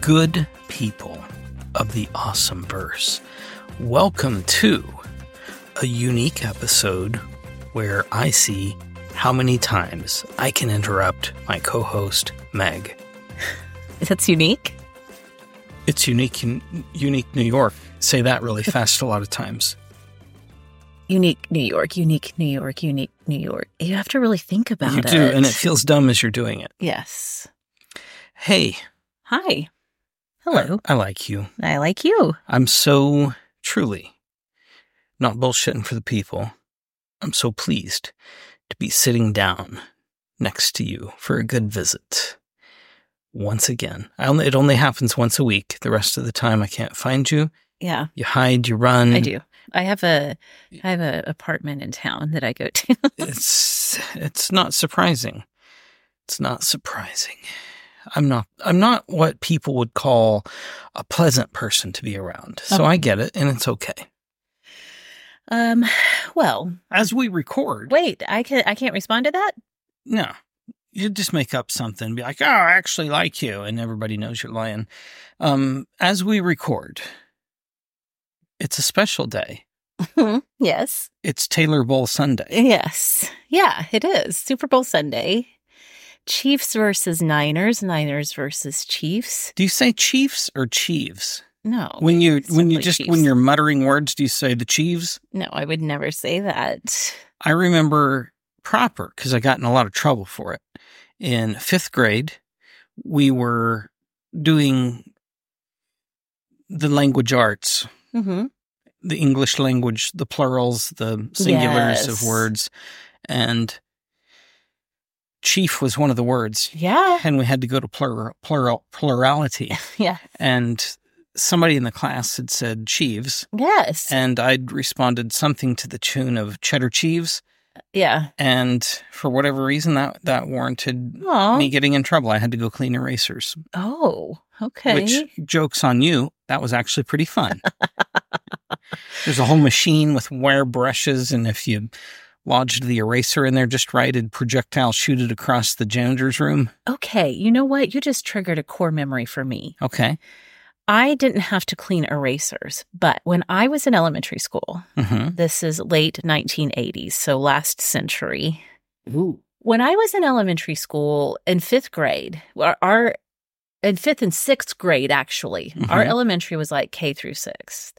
good people of the Awesome Verse. Welcome to a unique episode where I see how many times I can interrupt my co host, Meg. That's unique. It's unique in unique New York. Say that really fast a lot of times. Unique New York, unique New York, unique New York. You have to really think about you it. do, and it feels dumb as you're doing it. Yes. Hey, Hi. Hello. I like you. I like you. I'm so truly not bullshitting for the people. I'm so pleased to be sitting down next to you for a good visit. Once again, I only, it only happens once a week. The rest of the time, I can't find you. Yeah, You hide, you run. I do. I have a I have a apartment in town that I go to. It's it's not surprising. It's not surprising. I'm not I'm not what people would call a pleasant person to be around. So Okay. I get it, and it's okay. um, well, As we record, wait. I can I can't respond to that. No. You just make up something, be like, oh, I actually like you. And everybody knows you're lying. Um, as we record, it's a special day. Mm-hmm. yes. It's Taylor Bowl Sunday. Yes. Yeah, it is. Super Bowl Sunday. Chiefs versus Niners, Niners versus Chiefs. Do you say Chiefs or Chiefs? No. When you when you Oh, simply just Chiefs. when you're muttering words, do you say the Chiefs? No, I would never say that. I remember proper because I got in a lot of trouble for it. In fifth grade, we were doing the language arts Mm-hmm. the English language, the plurals, the singulars of Yes. words, and chief was one of the words, Yeah. and we had to go to plural, plural plurality. Yeah. and somebody in the class had said chiefs, Yes. and I'd responded something to the tune of cheddar chiefs, yeah. and for whatever reason that that warranted Aw. me getting in trouble. I had to go clean erasers, Oh, okay. which jokes on you. That was actually pretty fun. There's a whole machine with wire brushes, and if you lodged the eraser in there just right, it'd projectile shoot it across the janitor's room. okay. You know what? You just triggered a core memory for me. Okay. I didn't have to clean erasers, but when I was in elementary school, Mm-hmm. this is late 1980s, so last century. When I was in elementary school in fifth grade, our, our in fifth and sixth grade, actually, our Mhm. elementary was like K through sixth.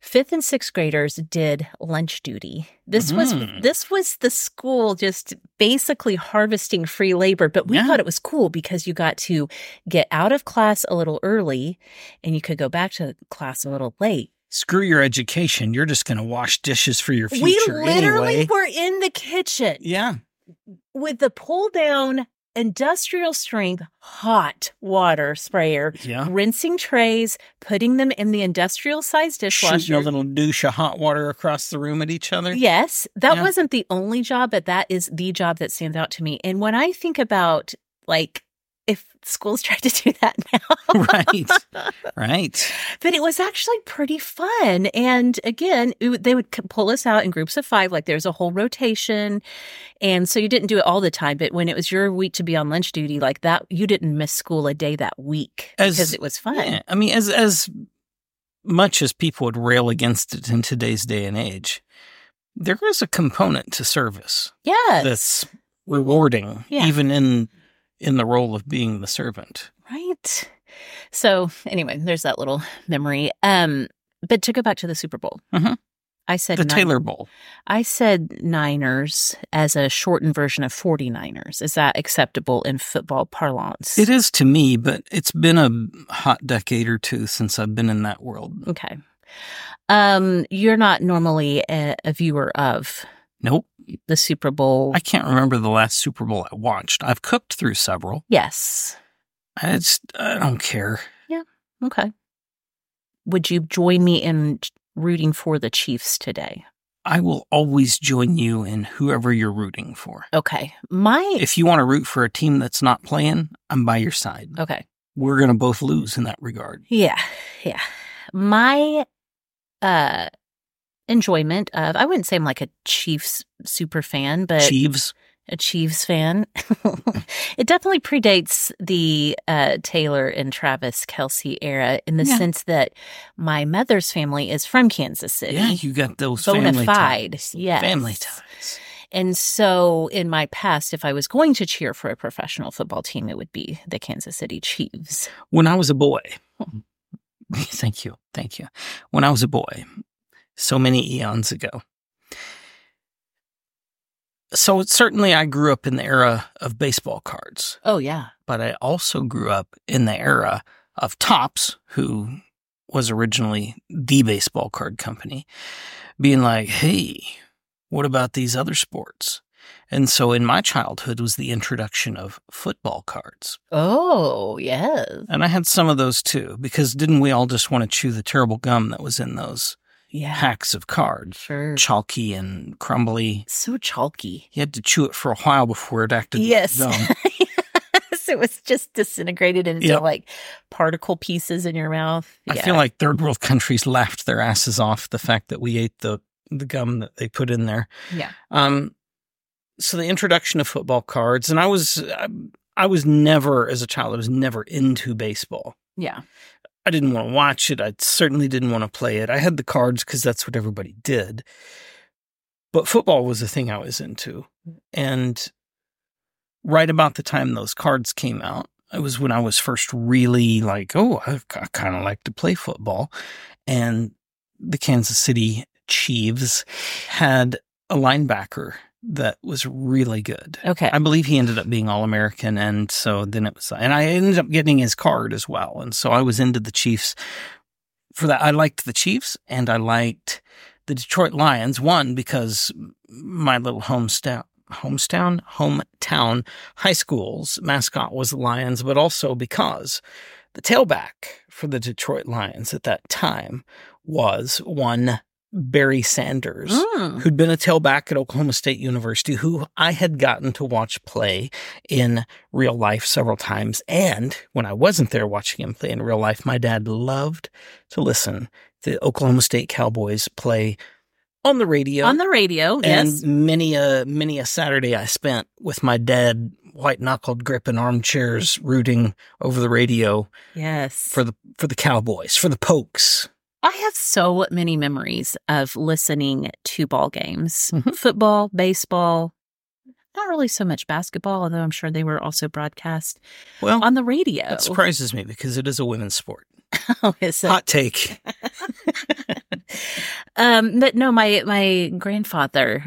Fifth and sixth graders did lunch duty. This Mhm. was this was the school just basically harvesting free labor, but we Yeah. thought it was cool because you got to get out of class a little early and you could go back to class a little late. Screw your education. You're just going to wash dishes for your future we literally anyway. were in the kitchen yeah. with the pull down industrial strength hot water sprayer, Yeah. rinsing trays, putting them in the industrial sized Shooting dishwasher. a little douche of hot water across the room at each other. Yes, that Yeah. wasn't the only job, but that is the job that stands out to me. And when I think about like if schools tried to do that now, right. Right. but it was actually pretty fun. And again, it, would- they would c- pull us out in groups of five, like there's a whole rotation. And so you didn't do it all the time, but when it was your week to be on lunch duty, like that, you didn't miss school a day that week As- because it was fun. Yeah. I mean, as as much as people would rail against it in today's day and age, there is a component to service Yes. that's rewarding, Yeah. even in in the role of being the servant. Right. So anyway, there's that little memory. Um, but to go back to the Super Bowl, Mhm. I said the Nin- Taylor Bowl. I said Niners as a shortened version of 49ers. Is that acceptable in football parlance? It is to me, but it's been a hot decade or two since I've been in that world. Okay. Um, you're not normally a, a viewer of Nope. the Super Bowl. I can't remember the last Super Bowl I watched. I've cooked through several. yes. I just I don't care. Okay. Would you join me in rooting for the Chiefs today? I will always join you in whoever you're rooting for. Okay. My If you want to root for a team that's not playing, I'm by your side. okay. We're going to both lose in that regard. Yeah, yeah. My uh enjoyment of I wouldn't say I'm like a Chiefs super fan, but Chiefs. a Chiefs fan. it definitely predates the uh Taylor and Travis Kelsey era in the Yeah. sense that my mother's family is from Kansas City. Yeah, you got those Bona family fide, ties. yes. Family ties. And so in my past, if I was going to cheer for a professional football team, it would be the Kansas City Chiefs. When I was a boy, thank you, thank you. When I was a boy, so many eons ago. So certainly I grew up in the era of baseball cards. Oh yeah. but I also grew up in the era of Tops, who was originally the baseball card company, being like, hey, what about these other sports? And so in my childhood was the introduction of football cards. Oh, yes. And I had some of those too, because didn't we all just want to chew the terrible gum that was in those Yeah. packs of cards? Sure. Chalky and crumbly. so chalky. You had to chew it for a while before it acted Yes. gum. yes, it was just disintegrated into Yep. like particle pieces in your mouth. I feel like third world countries laughed their asses off the fact that we ate the the gum that they put in there. yeah. Um, so the introduction of football cards, and I was I, I was never as a child I was never into baseball. Yeah. I didn't want to watch it. I certainly didn't want to play it. I had the cards because that's what everybody did. But football was the thing I was into, and right about the time those cards came out, it was when I was first really like, oh, I, I kind of like to play football. And the Kansas City Chiefs had a linebacker that was really good. Okay. I believe he ended up being All American. And so then it was, and I ended up getting his card as well. And so I was into the Chiefs for that. I liked the Chiefs and I liked the Detroit Lions. One, because my little hometown, hometown, hometown high school's mascot was the Lions, but also because the tailback for the Detroit Lions at that time was one Barry Sanders Mm. Mm-hmm. who'd been a tailback at Oklahoma State University, who I had gotten to watch play in real life several times. And when I wasn't there watching him play in real life, my dad loved to listen to Oklahoma State Cowboys play on the radio. On the radio, and yes. many a many a Saturday I spent with my dad, white knuckled grip in armchairs, rooting over the radio Yes. for the for the Cowboys, for the Pokes. I have so many memories of listening to ball games. Mhm. Football, baseball, not really so much basketball, although I'm sure they were also broadcast Well, on the radio. that surprises me because it is a women's sport. Oh, is it? Hot take. um, but no, my my grandfather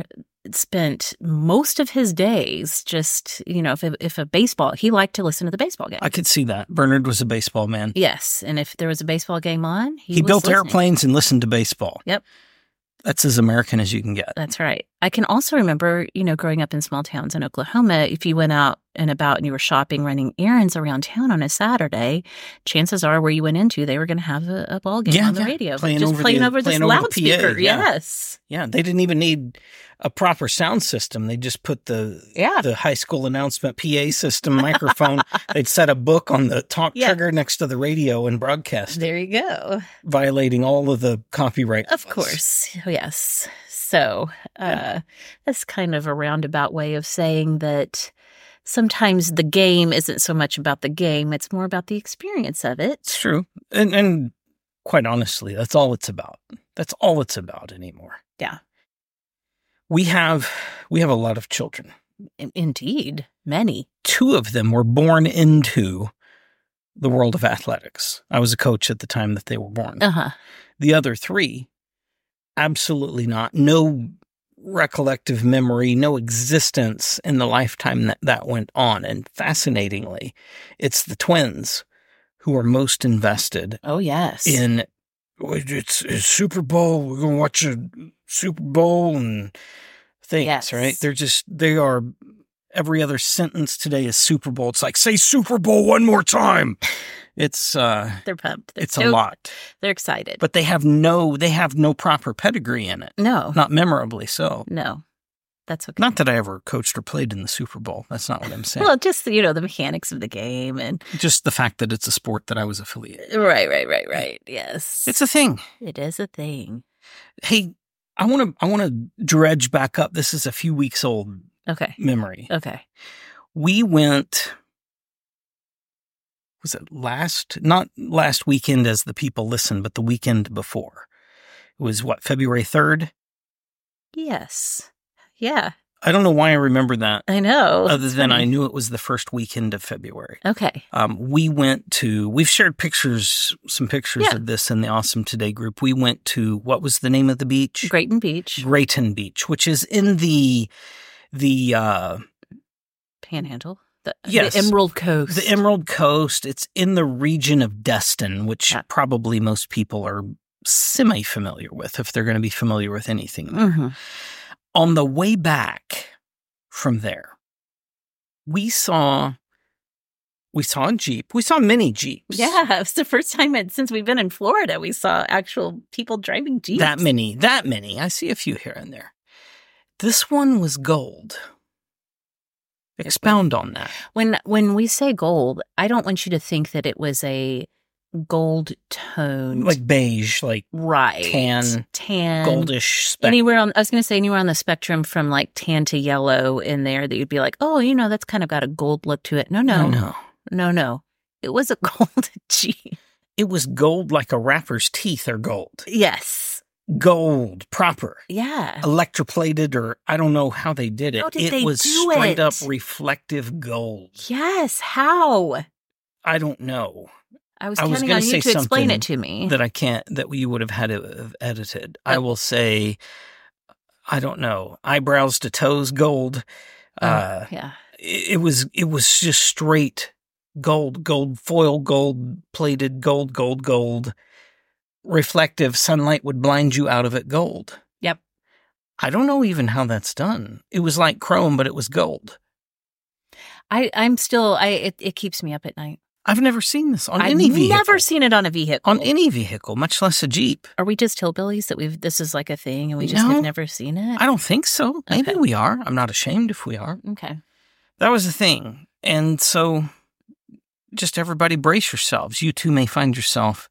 spent most of his days just you know if a, if a baseball he liked to listen to the baseball game. I could see that. Bernard was a baseball man. yes, and if there was a baseball game on, he, He was built listening. airplanes and listened to baseball. Yep. That's as American as you can get. That's right. I can also remember, you know, growing up in small towns in Oklahoma, if you went out and about and you were shopping, running errands around town on a Saturday, chances are where you went into, they were going to have a, a ball game Yeah, on the yeah. radio, Playing just over playing the- over this playing over the PA, loudspeaker. yeah. Yes, Yeah, they didn't even need a proper sound system. They just put the Yeah. the high school announcement PA system microphone. They'd set a book on the talk Yeah. trigger next to the radio and broadcast, there you go. violating all of the copyright. Of laws. course, yes. So uh, that's kind of a roundabout way of saying that sometimes the game isn't so much about the game; it's more about the experience of it. it's true. And and quite honestly, that's all it's about. That's all it's about anymore. Yeah. We have we have a lot of children. In- Indeed, many. two of them were born into the world of athletics. I was a coach at the time that they were born. Uh huh. The other three, absolutely not. No recollective memory, no existence in the lifetime that that went on. And fascinatingly, it's the twins who are most invested Oh yes. in it's, it's Super Bowl. We're gonna watch a Super Bowl and things, Yes. right? They're just they are. Every other sentence today is Super Bowl. It's like say Super Bowl one more time. It's uh, they're pumped. They're it's a stoked. lot, They're excited. but they have no they have no proper pedigree in it. no, Not memorably so. no, that's okay. Not that I ever coached or played in the Super Bowl. That's not what I'm saying. well, just you know the mechanics of the game and just the fact that it's a sport that I was affiliated. right, right, right, right. Yes, It's a thing. it is a thing. Hey, I want to I want to dredge back up. This is a few weeks old Okay, memory. okay. We went was it last not last weekend as the people listened, but the weekend before. It was what, February 3rd? Yes, yeah, I don't know why I remember that I know. other It's than Oh, funny. I knew it was the first weekend of February. Okay. Um, we went to we've shared pictures some pictures Yeah. of this in the Awesome Today group. We went to what was the name of the beach? Grayton Beach, Grayton Beach, which is in the the uh Panhandle. The, the Yes. Emerald Coast. the Emerald Coast. It's in the region of Destin, which Yeah. probably most people are semi familiar with if they're going to be familiar with anything. Mhm. On the way back from there, we saw we saw a Jeep. We saw many Jeeps. Yeah, it's the first time it, since we've been in Florida we saw actual people driving jeeps. That many, that many. I see a few here and there. This one was gold. Expound on that. When when we say gold, I don't want you to think that it was a gold toned Like beige, like right tan, tan goldish speck. Anywhere on, I was going to say anywhere on the spectrum from like tan to yellow in there that you'd be like, oh, you know, that's kind of got a gold look to it. No, no, no, no. no, no. It was a gold jeep. It was gold like a rapper's teeth are gold. Yes. Gold, proper. Yeah. Electroplated, or I don't know how they did it. How did it they was do straight it? up reflective gold. Yes. How? I don't know I was I was counting gonna on say you to explain it something to me. that I can't, that you would have had to have edited. I Uh, will say, I don't know, eyebrows to toes gold. Oh, Uh, yeah. it it was it was just straight gold, gold foil, gold plated, gold, gold, gold. Reflective sunlight would blind you out of it. Gold. Yep. I don't know even how that's done. It was like chrome, but it was gold. I, I'm still, I, it, it keeps me up at night. I've never seen this on I've any vehicle. never seen it on a vehicle. on any vehicle, much less a Jeep. Are we just hillbillies that we've, this is like a thing and we just No. have never seen it? I don't think so. Maybe Okay. we are. I'm not ashamed if we are. Okay. That was the thing. And so just everybody brace yourselves. You too may find yourself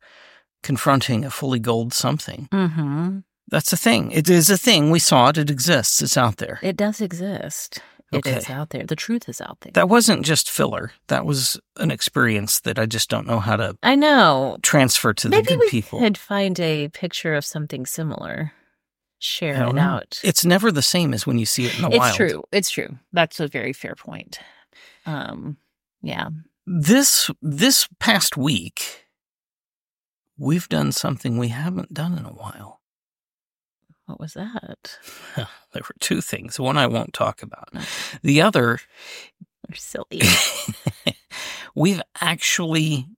confronting a fully gold something. Mm-hmm. That's a thing. It is a thing. We saw it. It exists. It's out there. It does exist. It is Okay. out there. The truth is out there. That wasn't just filler. That was an experience that I just don't know how to I know. transfer to the Maybe good we people. could find a picture of something similar. Share I don't it know. out. It's never the same as when you see it in the It's wild. true. It's true. That's a very fair point. Um, yeah. This this past week, we've done something we haven't done in a while. What was that? there were two things. One I won't talk about. Mm. The other We're silly. We've actually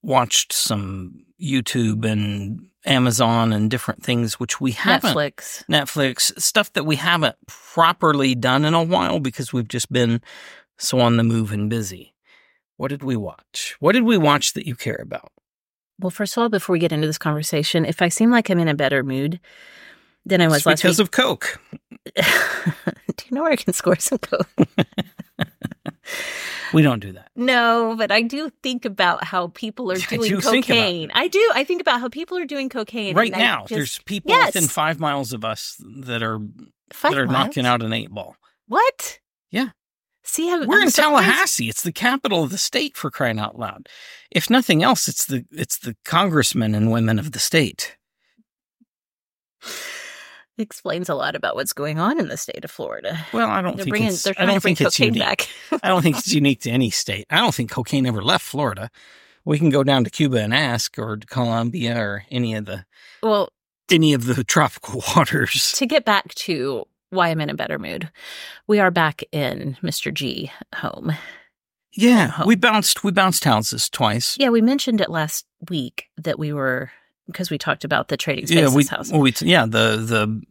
watched some YouTube and Amazon and different things, which we haven't. Netflix. Netflix, stuff that we haven't properly done in a while because we've just been so on the move and busy. What did we watch? What did we watch that you care about? Well, first of all, before we get into this conversation, if I seem like I'm in a better mood than I was It's last because week, of Coke. do you know where I can score some coke? We don't do that. No, but I do think about how people are I doing do think about cocaine. I do. I think about how people are doing cocaine right and I now, just- there's people Yes. within five miles of us that are Five that are knocking miles? out an eight ball. What? Yeah. See, I'm, We're I'm in surprised- Tallahassee. It's the capital of the state for crying out loud. If nothing else, it's the it's the congressmen and women of the state. Explains a lot about what's going on in the state of Florida. Well, I don't They're think bringing. it's, They're I trying don't to bring think it's cocaine unique. back. I don't think it's unique to any state. I don't think cocaine ever left Florida. We can go down to Cuba and ask, or to Colombia, or any of the well, any of the tropical waters. to get back to why I'm in a better mood, we are back in Mr. G home. Yeah, we bounced we bounced houses twice. Yeah, we mentioned it last week that we were because we talked about the trading spaces yeah, we, house. well, we yeah the the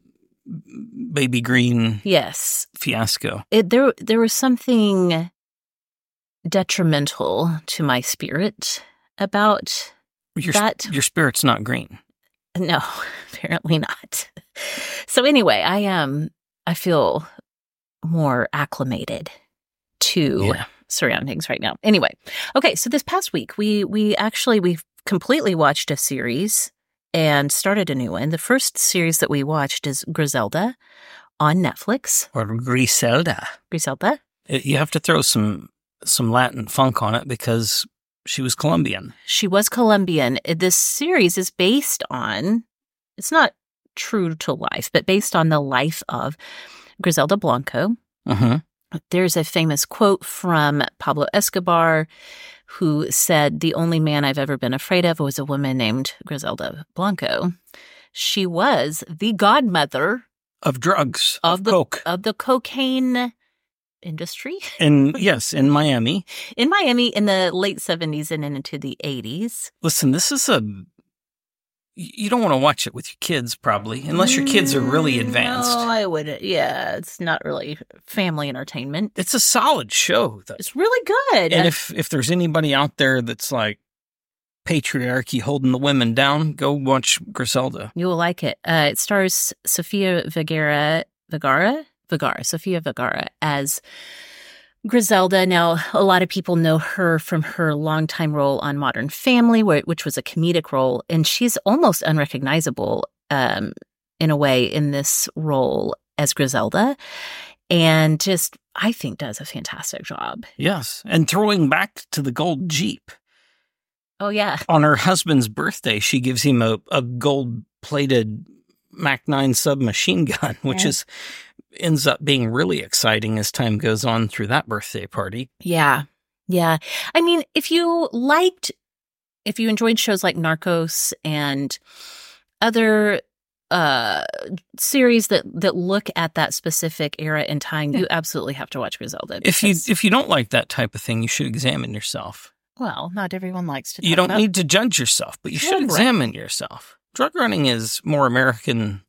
baby green yes, fiasco. it, there there was something detrimental to my spirit about Your That- your spirit's not green. no apparently not so anyway i um i feel more acclimated to Yeah. surroundings right now anyway okay so this past week we we actually we completely watched a series and started a new one the first series that we watched is griselda on netflix Or Griselda. griselda It- you have to throw some some Latin funk on it because she was Colombian. She was Colombian. This series is based on, it's not true to life, but based on the life of Griselda Blanco. Mm-hmm. Uh-huh. There's a famous quote from Pablo Escobar who said, The only man I've ever been afraid of was a woman named Griselda Blanco. She was the godmother Of drugs, of, the coke, of the cocaine industry and yes, in Miami. in Miami in the late 70s and into the 80s. Listen, this is a. You don't want to watch it with your kids, probably, unless your kids are really advanced. Mm, No, I wouldn't. Yeah, it's not really family entertainment. It's a solid show, though. It's really good. And if if there's anybody out there that's like patriarchy holding the women down, go watch Griselda. you will like it. Uh, it stars Sofia Vergara, Vergara, Vergara, Sofia Vergara as Griselda. Now, a lot of people know her from her longtime role on Modern Family, where, which was a comedic role, and she's almost unrecognizable um, in a way in this role as Griselda, and just I think does a fantastic job. Yes, and throwing back to the gold jeep Oh yeah. on her husband's birthday, she gives him a a gold plated Mac nine submachine gun, which Yeah. is ends up being really exciting as time goes on through that birthday party. Yeah. Yeah. I mean, if you liked, if you enjoyed shows like Narcos and other uh series that that look at that specific era in time you absolutely have to watch griselda If you because- if you don't like that type of thing, you should examine yourself. well not everyone likes to You talk don't about- need to judge yourself, but you should Drug running. examine yourself. Drug running is more American.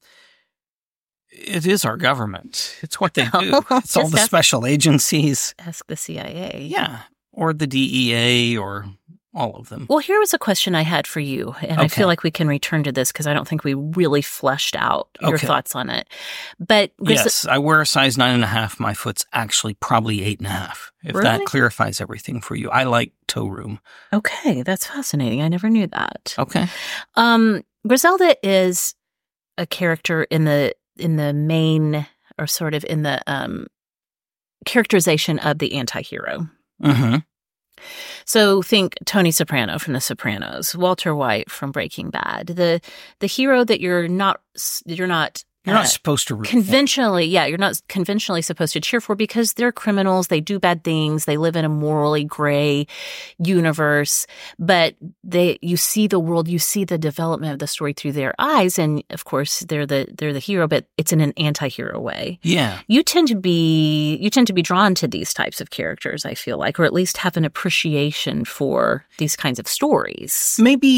It is our government. It's what they Oh, do. It's all Just the ask- special agencies. ask the cia Yeah, or the DEA, or all of them. well here was a question i had for you and i Okay. feel like we can return to this because i don't think we really fleshed out your Okay. thoughts on it but Gris- Yes, I wear a size nine and a half. My foot's actually probably eight and a half. If Really? that clarifies everything for you, I like toe room. okay that's fascinating i never knew that Okay. Um, Griselda is a character in the in the main or sort of in the um characterization of the anti-hero. hmm So think Tony Soprano from The Sopranos, Walter White from Breaking Bad. The the hero that you're not s- you're not You're not uh, supposed to root for- conventionally yeah you're not conventionally supposed to cheer for because they're criminals they do bad things they live in a morally gray universe but they you see the world you see the development of the story through their eyes and of course they're the they're the hero but it's in an anti-hero way Yeah. you tend to be you tend to be drawn to these types of characters i feel like or at least have an appreciation for these kinds of stories Maybe,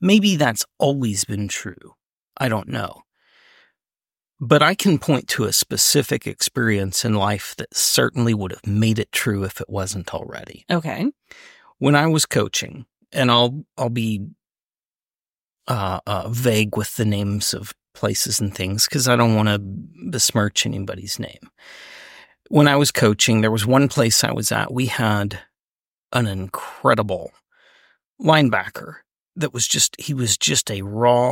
Maybe that's always been true. I don't know. But I can point to a specific experience in life that certainly would have made it true if it wasn't already. Okay. When I was coaching, and I'll I'll be uh, uh, vague with the names of places and things because I don't want to besmirch anybody's name. When I was coaching, there was one place I was at. We had an incredible linebacker that was just he was just a raw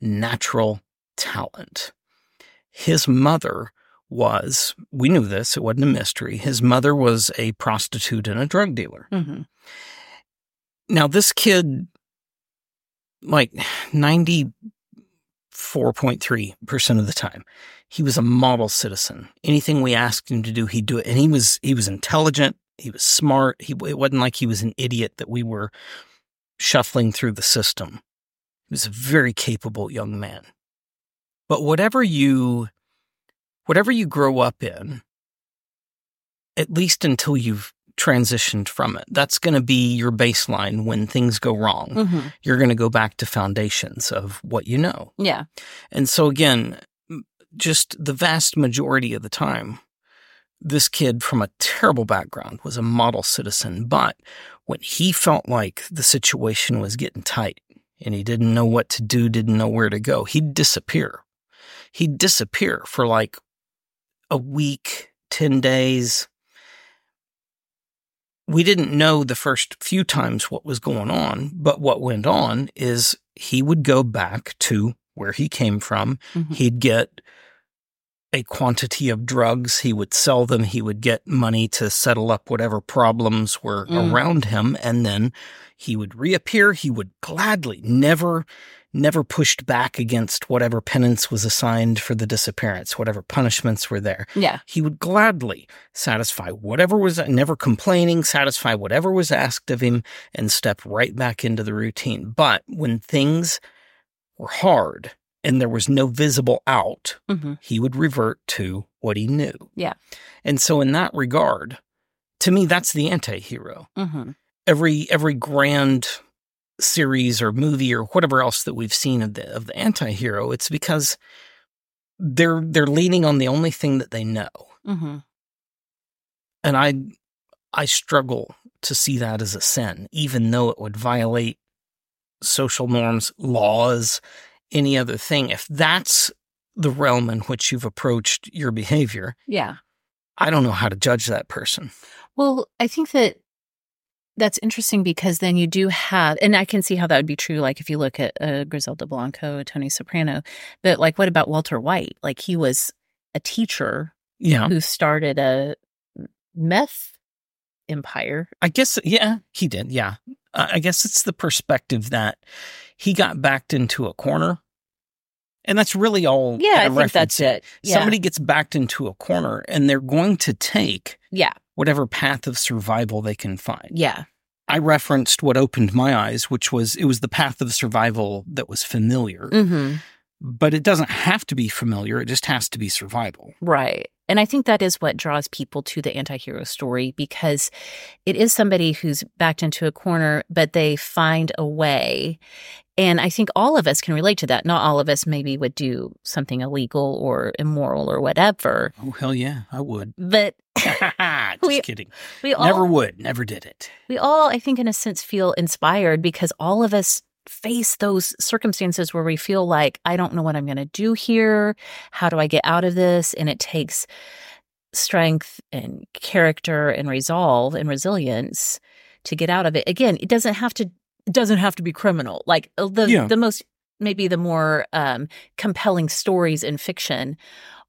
natural talent his mother was we knew this it wasn't a mystery his mother was a prostitute and a drug dealer Mm-hmm. now this kid like 94.3% of the time he was a model citizen anything we asked him to do he'd do it and he was he was intelligent he was smart he it wasn't like he was an idiot that we were shuffling through the system he was a very capable young man but whatever you whatever you grow up in at least until you've transitioned from it that's going to be your baseline when things go wrong Mm-hmm. you're going to go back to foundations of what you know. Yeah. And so, again, m- just the vast majority of the time, this kid from a terrible background was a model citizen. But when he felt like the situation was getting tight and he didn't know what to do, didn't know where to go, he'd disappear. He'd disappear for like a week, 10 days. We didn't know the first few times what was going on, but what went on is he would go back to where he came from. Mhm. He'd get a quantity of drugs, he would sell them, he would get money to settle up whatever problems were Mm. around him, and then he would reappear. He would gladly never never pushed back against whatever penance was assigned for the disappearance, whatever punishments were there. Yeah. He would gladly satisfy whatever was, never complaining, satisfy whatever was asked of him, and step right back into the routine. But when things were hard and there was no visible out, Mm-hmm. he would revert to what he knew. Yeah. And so, in that regard, to me, that's the anti hero Mm-hmm. every every grand series or movie or whatever else that we've seen of the of the anti-hero it's because they're they're leaning on the only thing that they know Mm-hmm. and i i struggle to see that as a sin even though it would violate social norms laws any other thing if that's the realm in which you've approached your behavior Yeah. i don't know how to judge that person Well, I think that that's interesting because then you do have, and I can see how that would be true. Like if you look at uh, Griselda Blanco, Tony Soprano, but like what about Walter White? Like he was a teacher yeah who started a meth empire. I guess, yeah, he did. Yeah. I I guess it's the perspective that he got backed into a corner. And that's really all. Yeah, I I'm think that's referencing. it. Yeah. Somebody gets backed into a corner and they're going to take yeah, whatever path of survival they can find. yeah, I referenced what opened my eyes, which was it was the path of survival that was familiar, mm-hmm. but it doesn't have to be familiar. It just has to be survival. right. And I think that is what draws people to the anti-hero story because it is somebody who's backed into a corner, but they find a way. And I think all of us can relate to that. Not all of us maybe would do something illegal or immoral or whatever, Oh, hell yeah, I would. but just We- kidding. we all Never would. Never did it. we all, I think, in a sense, feel inspired because all of us face those circumstances where we feel like, I don't know what I'm going to do here. How do I get out of this? And it takes strength and character and resolve and resilience to get out of it. Again, it doesn't have to it doesn't have to be criminal. Like uh, the Yeah. the most maybe the more um, compelling stories in fiction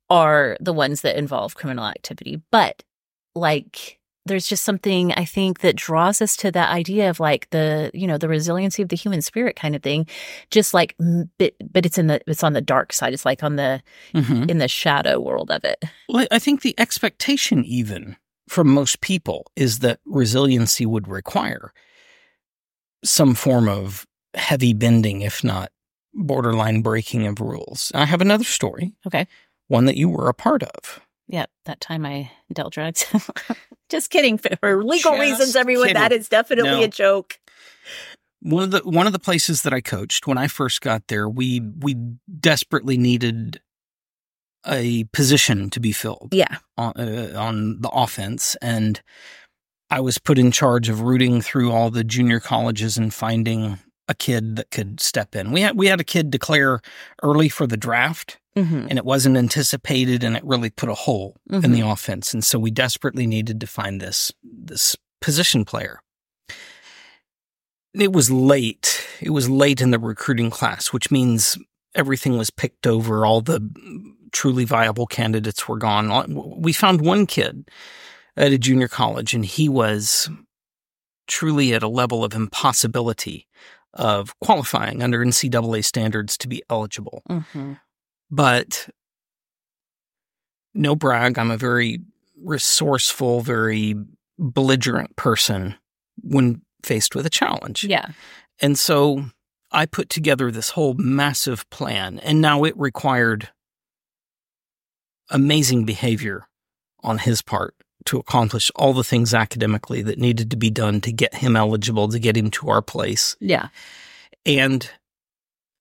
are the ones that involve criminal activity. But like there's just something I think that draws us to that idea of like the you know the resiliency of the human spirit kind of thing, just like m- but, but it's in the it's on the dark side. It's like on the Mm-hmm. in the shadow world of it. Well, I think the expectation, even from most people, is that resiliency would require some form of heavy bending, if not borderline breaking of rules. I have another story, Okay, one that you were a part of. yeah, that time I dealt drugs. just kidding for legal Just reasons, everyone. That kidding. is definitely No. a joke. One of the one of the places that I coached when I first got there, we we desperately needed a position to be filled Yeah. on, uh, on the offense and I was put in charge of rooting through all the junior colleges and finding a kid that could step in. We had we had a kid declare early for the draft Mm-hmm. and it wasn't anticipated and it really put a hole in Mhm. the offense and so we desperately needed to find this this position player it was late it was late in the recruiting class which means everything was picked over all the truly viable candidates were gone we found one kid at a junior college and he was truly at a level of impossibility of qualifying under ncaa standards to be eligible Mm-hmm. but no brag, I'm a very resourceful, very belligerent person when faced with a challenge. Yeah. And so I put together this whole massive plan, and now it required amazing behavior on his part to accomplish all the things academically that needed to be done to get him eligible, to get him to our place. Yeah. And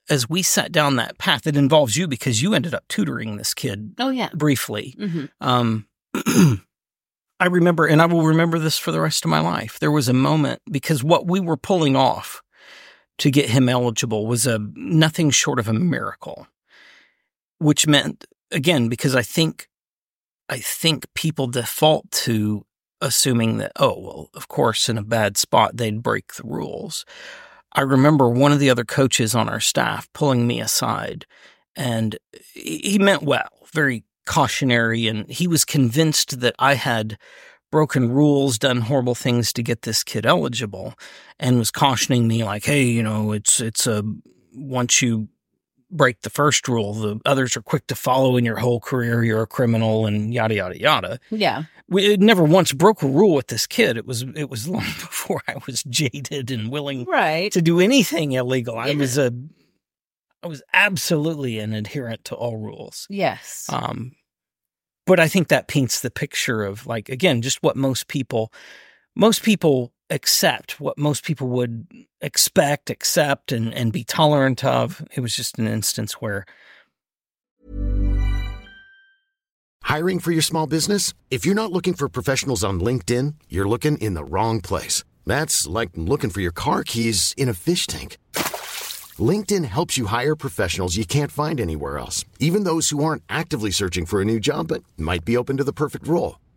as we sat down that path, it involves you because you ended up tutoring this kid Oh, yeah. briefly. Mm-hmm. Um, I remember, and I will remember this for the rest of my life. There was a moment because what we were pulling off to get him eligible was a nothing short of a miracle, which meant again because I think I think people default to assuming that oh well of course in a bad spot they'd break the rules. I remember one of the other coaches on our staff pulling me aside and he he meant well, very cautionary, and he was convinced that I had broken rules, done horrible things to get this kid eligible, and was cautioning me like, "Hey, you know, it's it's a once you break the first rule, the others are quick to follow in your whole career. You're a criminal, and yada yada yada." Yeah. We it never once broke a rule with this kid. It was it was long before I was jaded and willing Right. to do anything illegal. I Yeah. was a I was absolutely an adherent to all rules. Yes. Um but I think that paints the picture of like again just what most people most people accept, what most people would expect, accept and and be tolerant of. It was just an instance where Hiring for your small business? If you're not looking for professionals on LinkedIn, you're looking in the wrong place. That's like looking for your car keys in a fish tank. LinkedIn helps you hire professionals you can't find anywhere else, even those who aren't actively searching for a new job but might be open to the perfect role.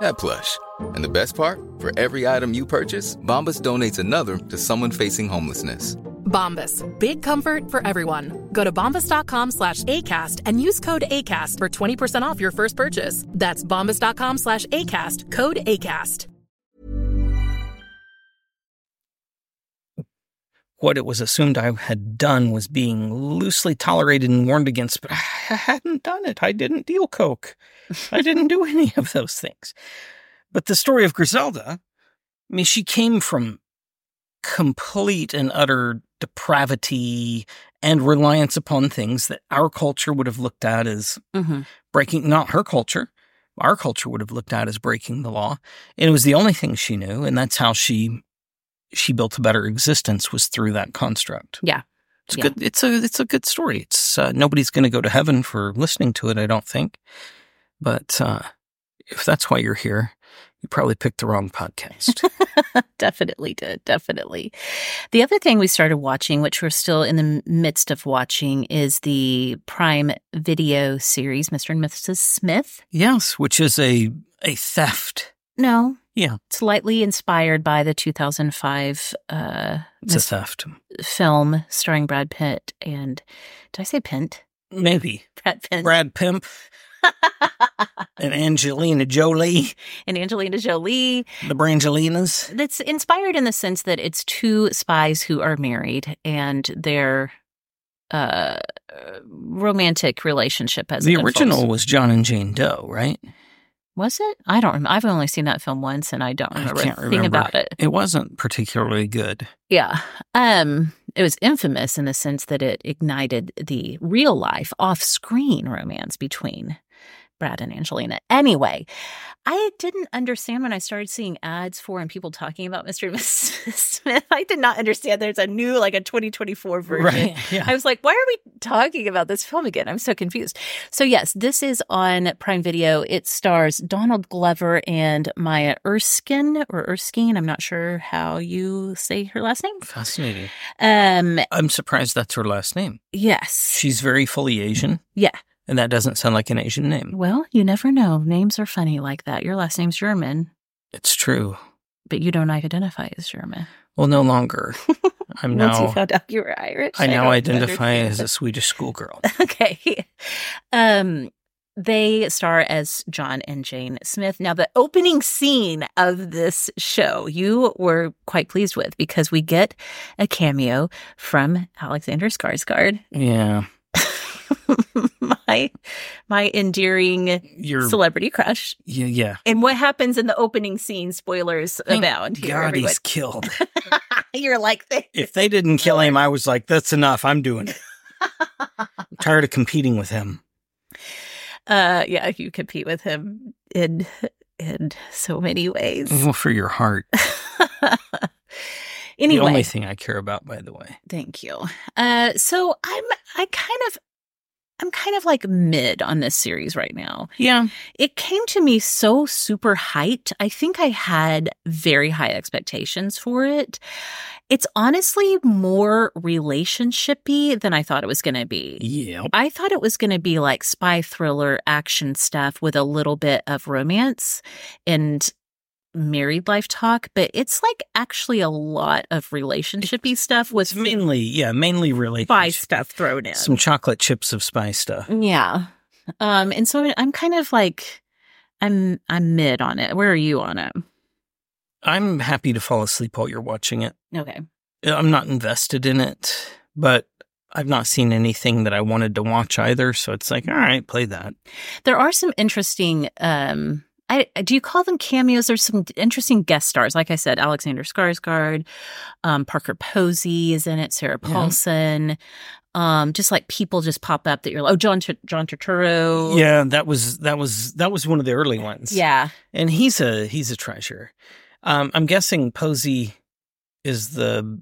that plush. And the best part? For every item you purchase, Bombas donates another to someone facing homelessness. Bombas. Big comfort for everyone. Go to bombas.com slash ACAST and use code ACAST for 20% off your first purchase. That's bombas.com slash ACAST. Code ACAST. what it was assumed I had done was being loosely tolerated and warned against, but I hadn't done it. I didn't deal coke. I didn't do any of those things. But the story of Griselda, I mean, she came from complete and utter depravity and reliance upon things that our culture would have looked at as mm-hmm. breaking not her culture our culture would have looked at as breaking the law and it was the only thing she knew and that's how she she built a better existence was through that construct Yeah. it's Yeah. good it's a it's a good story it's uh, nobody's going to go to heaven for listening to it i don't think but uh if that's why you're here you probably picked the wrong podcast definitely did. Definitely. The other thing we started watching, which we're still in the midst of watching, is the Prime Video series, Mr. and Mrs. Smith. yes which is a a theft No. Yeah. It's lightly inspired by the 2005 uh, it's a theft film starring Brad Pitt and, did I say Pint? maybe Brad Pitt. brad pimp and angelina jolie and Angelina Jolie. the brangelinas That's inspired in the sense that it's two spies who are married and they're uh, romantic relationship as the it unfolds. original was John and Jane Doe, right? Was it? I don't. Remember. I've only seen that film once, and I don't remember I can't a remember thing about it. It wasn't particularly good. Yeah. Um, it was infamous in the sense that it ignited the real life off screen romance between Brad and Angelina. Anyway, I didn't understand when I started seeing ads for and people talking about Mr. and Mrs. Smith. I did not understand there's a new, like a 2024 version. Yeah. I was like, why are we talking about this film again? I'm so confused. So, yes, this is on Prime Video. It stars Donald Glover and Maya Erskine or Erskine. I'm not sure how you say her last name. Fascinating. Um, I'm surprised that's her last name. yes. She's very fully Asian, Yeah. and that doesn't sound like an Asian name. Well, you never know. Names are funny like that. Your last name's German, It's true. but you don't identify as German. Well, no longer. I'm Once you now. found out you were Irish, Um, I now don't identify understand as that. a Swedish schoolgirl. okay. Um, they star as John and Jane Smith. Now, the opening scene of this show you were quite pleased with because we get a cameo from Alexander Skarsgård, Yeah. my my endearing You're. celebrity crush. yeah. yeah. And what happens in the opening scene? Spoilers Thank abound here, God, everyone. he's killed. You're like, If they didn't kill him, I was like, that's enough. I'm doing it. I'm tired of competing with him. uh, yeah, you compete with him in in so many ways. Well, for your heart. anyway, The only thing I care about, by the way. thank you. Uh, so I'm I kind of I'm kind of like mid on this series right now. Yeah. It came to me so super hyped. I think I had very high expectations for it. It's honestly more relationshipy than I thought it was going to be. Yeah. I thought it was going to be like spy thriller action stuff with a little bit of romance and married life talk, but it's like actually a lot of relationshipy stuff with It's mainly, yeah, mainly related. spy stuff thrown in. Some chocolate chips of spy stuff. yeah. Um and so I'm kind of like I'm I'm mid on it. Where are you on it? I'm happy to fall asleep while you're watching it. Uh, Okay. I'm not invested in it, but I've not seen anything that I wanted to watch either. So it's like, all right, play that. There are some interesting um I, do you call them cameos? There's some interesting guest stars. Like I said, Alexander Skarsgård, um, Parker Posey is in it, Sarah Yeah. Paulson. Um, just like people just pop up that you're like, oh, John, Tur- John Turturro. Yeah, that was that was that was one of the early ones. Yeah. and he's a he's a treasure. Um, I'm guessing Posey is the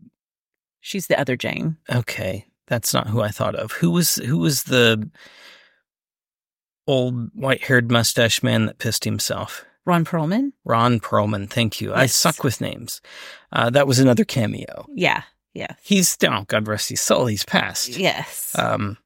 She's the other Jane. okay. That's not who I thought of. Who was who was the old white haired mustache man that pissed himself? Ron Perlman. Ron Perlman. Thank you. I Yes. suck with names. Uh, that was another cameo. Yeah. Yeah. He's oh God rest his soul. He's passed. Yes. Um,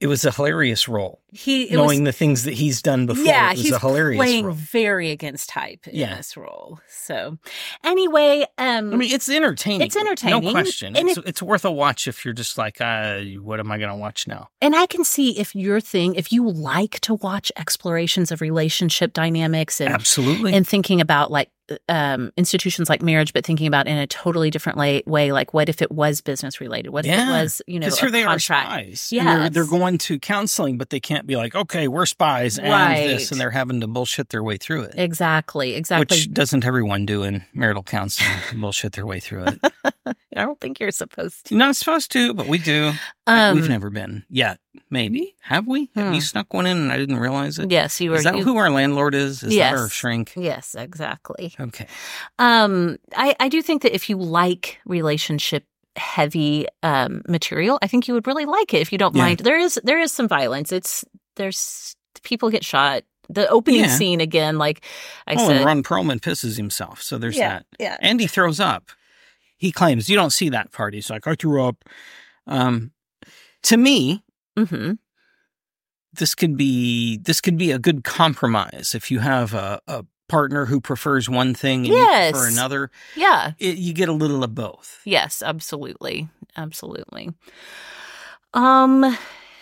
it was a hilarious role, he it was- knowing the things that he's done before. it yeah, was he's a hilarious playing role. very against type in Yeah. this role. So, anyway, um, I mean, it's entertaining. It's entertaining, no question. and It's, it's worth a watch if you're just like, uh, what am I going to watch now? and I can see if your thing, if you like to watch explorations of relationship dynamics and Absolutely. and thinking about like um, institutions like marriage, but thinking about in a totally different lay, way, like what if it was business related? What if it Yeah, was you know a because here they contract? are spies. And they're- Yes. they're, going to counseling, but they can't be like, okay, we're spies and Right. this, and they're having to bullshit their way through it. Exactly, exactly. Which doesn't everyone do in marital counseling? bullshit their way through it. I don't think you're supposed to. You're not supposed to, but we do. Um, We've never been yet. Maybe have we? Hmm. Have you snuck one in and I didn't realize it? Yes, you were. Is that you- who our landlord is? Is Yes. that our shrink? Yes, exactly. Okay. Um, I, I do think that if you like relationship heavy um material, I think you would really like it if you don't Yeah. mind. There is there is some violence. It's there's people get shot. The opening Yeah. scene again, like I oh, said, and Ron Perlman pisses himself. So there's that. yeah. And he throws up. He claims you don't see that part. He's like, I threw up. Um, to me, Mm-hmm. this could be this could be a good compromise if you have a, a partner who prefers one thing and Yes. you prefer another. Yeah. It, you get a little of both. Yes, absolutely. Absolutely. Um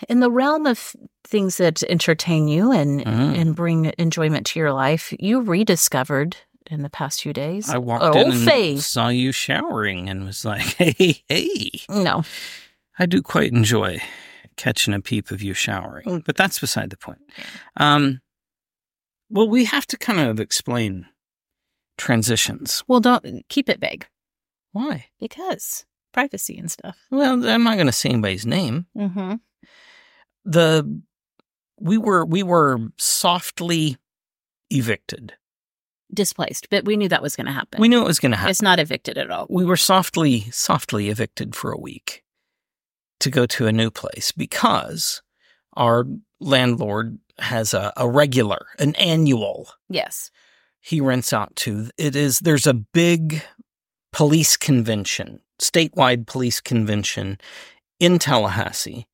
in the realm of things that entertain you and Mhm. and bring enjoyment to your life, you rediscovered in the past few days. I walked oh, in and fave. saw you showering and was like, hey, hey. No. I do quite enjoy catching a peep of you Mm. showering, but that's beside the point. Um, well, we have to kind of explain transitions. Well, don't keep it vague Why? because privacy and stuff. Well, I'm not going to say anybody's name. Mm-hmm. The we were we were softly evicted. Displaced, but we knew that was going to happen. We knew it was going to happen. it's not evicted at all. we were softly, softly evicted for a week to go to a new place because our landlord has a, a regular, an annual Yes. he rents out to. It is, there's a big police convention, statewide police convention in Tallahassee,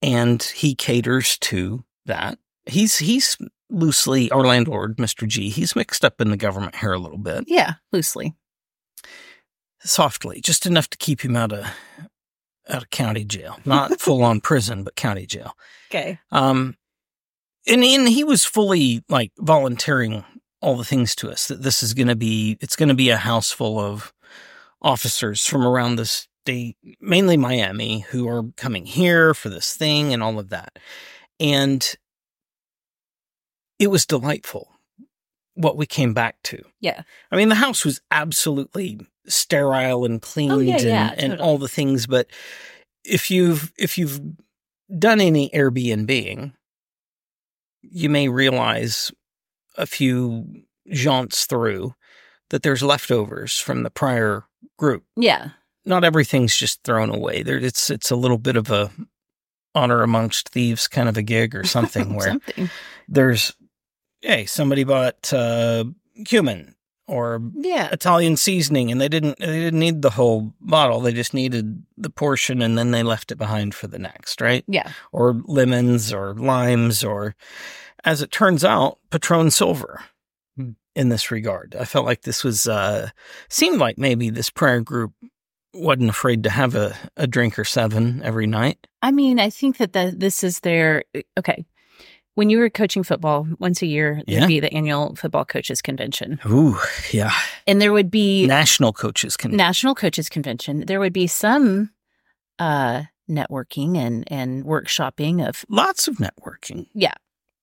and he caters to that. He's, he's loosely, our landlord, Mr. G, he's mixed up in the government here a little bit Yeah. Loosely. softly, just enough to keep him out of out of county jail, not full on prison, but county jail. Okay. Um, and and he was fully like volunteering all the things to us that this is going to be it's going to be a house full of officers from around the state, mainly Miami, who are coming here for this thing and all of that. And it was delightful what we came back to. Yeah. I mean, the house was absolutely sterile and cleaned Oh, yeah, and, yeah, and totally. all the things. But if you've if you've done any Airbnbing, you may realize a few jaunts through that there's leftovers from the prior group. Yeah. Not everything's just thrown away. There, it's it's a little bit of a honor amongst thieves kind of a gig or something where Something. there's hey somebody bought uh, cumin or Yeah. Italian seasoning, and they didn't they didn't need the whole bottle. They just needed the portion, and then they left it behind for the next, right? Yeah. Or lemons, or limes, or as it turns out, Patron Silver. In this regard, I felt like this was uh, seemed like maybe this prayer group wasn't afraid to have a, a drink or seven every night. I mean, I think that the, this is their okay. When you were coaching football once a year, Yeah. there'd be the annual football coaches convention, Ooh, yeah. and there would be National coaches can national coaches convention. There would be some uh, networking and and workshopping of lots of networking.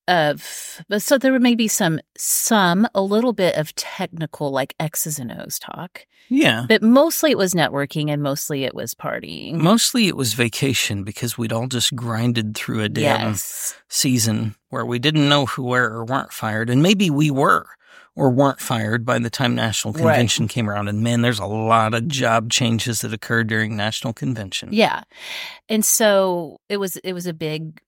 of but so there would maybe some some a little bit of technical like X's and O's talk, Yeah. but mostly it was networking and mostly it was partying. Mostly it was vacation because we'd all just grinded through a damn Yes. season where we didn't know who were or weren't fired. And maybe we were or weren't fired by the time National Right. Convention came around. And man, there's a lot of job changes that occurred during National Convention. Yeah, and so it was it was a big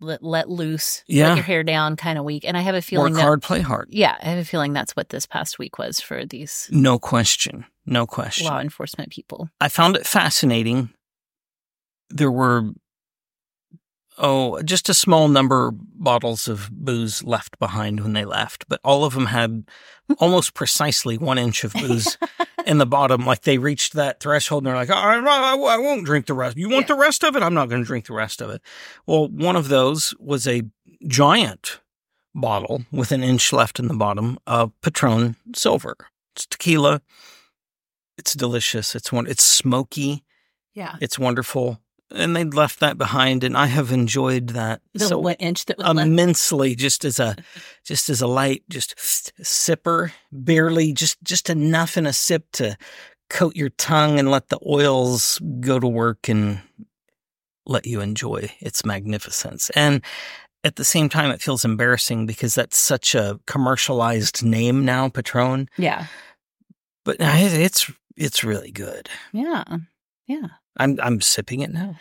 let, let loose, Yeah. let your hair down kind of week. And I have a feeling Work that hard, play hard. yeah, I have a feeling that's what this past week was for these No question. No question. law enforcement people. I found it fascinating. There were, oh, just a small number of bottles of booze left behind when they left, but all of them had almost precisely one inch of booze in the bottom. Like they reached that threshold and they're like, I, I, I won't drink the rest. You want the rest of it? I'm not going to drink the rest of it. Well, one of those was a giant bottle with an inch left in the bottom of Patron Silver. It's tequila. It's delicious. It's one. It's smoky. Yeah, It's wonderful. And they left that behind, and I have enjoyed that the so um, one inch that was left. immensely. Just as a, just as a light, just sipper, barely, just just enough in a sip to coat your tongue and let the oils go to work and let you enjoy its magnificence. And at the same time, it feels embarrassing because that's such a commercialized name now, Patron. Yeah, But I- it's it's really good. yeah, yeah. I'm I'm sipping it now.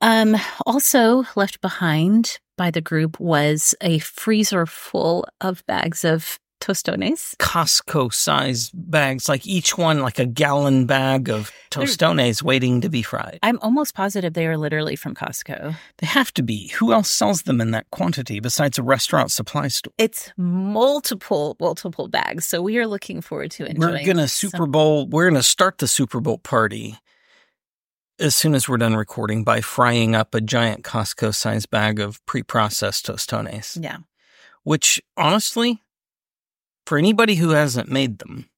Um, also left behind by the group was a freezer full of bags of tostones. Costco size bags, like each one like a gallon bag of tostones waiting to be fried. I'm almost positive they are literally from Costco. They have to be. Who else sells them in that quantity besides a restaurant supply store? It's multiple, multiple bags. So we are looking forward to enjoying. We're gonna some- Super Bowl we're gonna start the Super Bowl party as soon as we're done recording by frying up a giant Costco size bag of pre processed tostones. yeah, which honestly, for anybody who hasn't made them,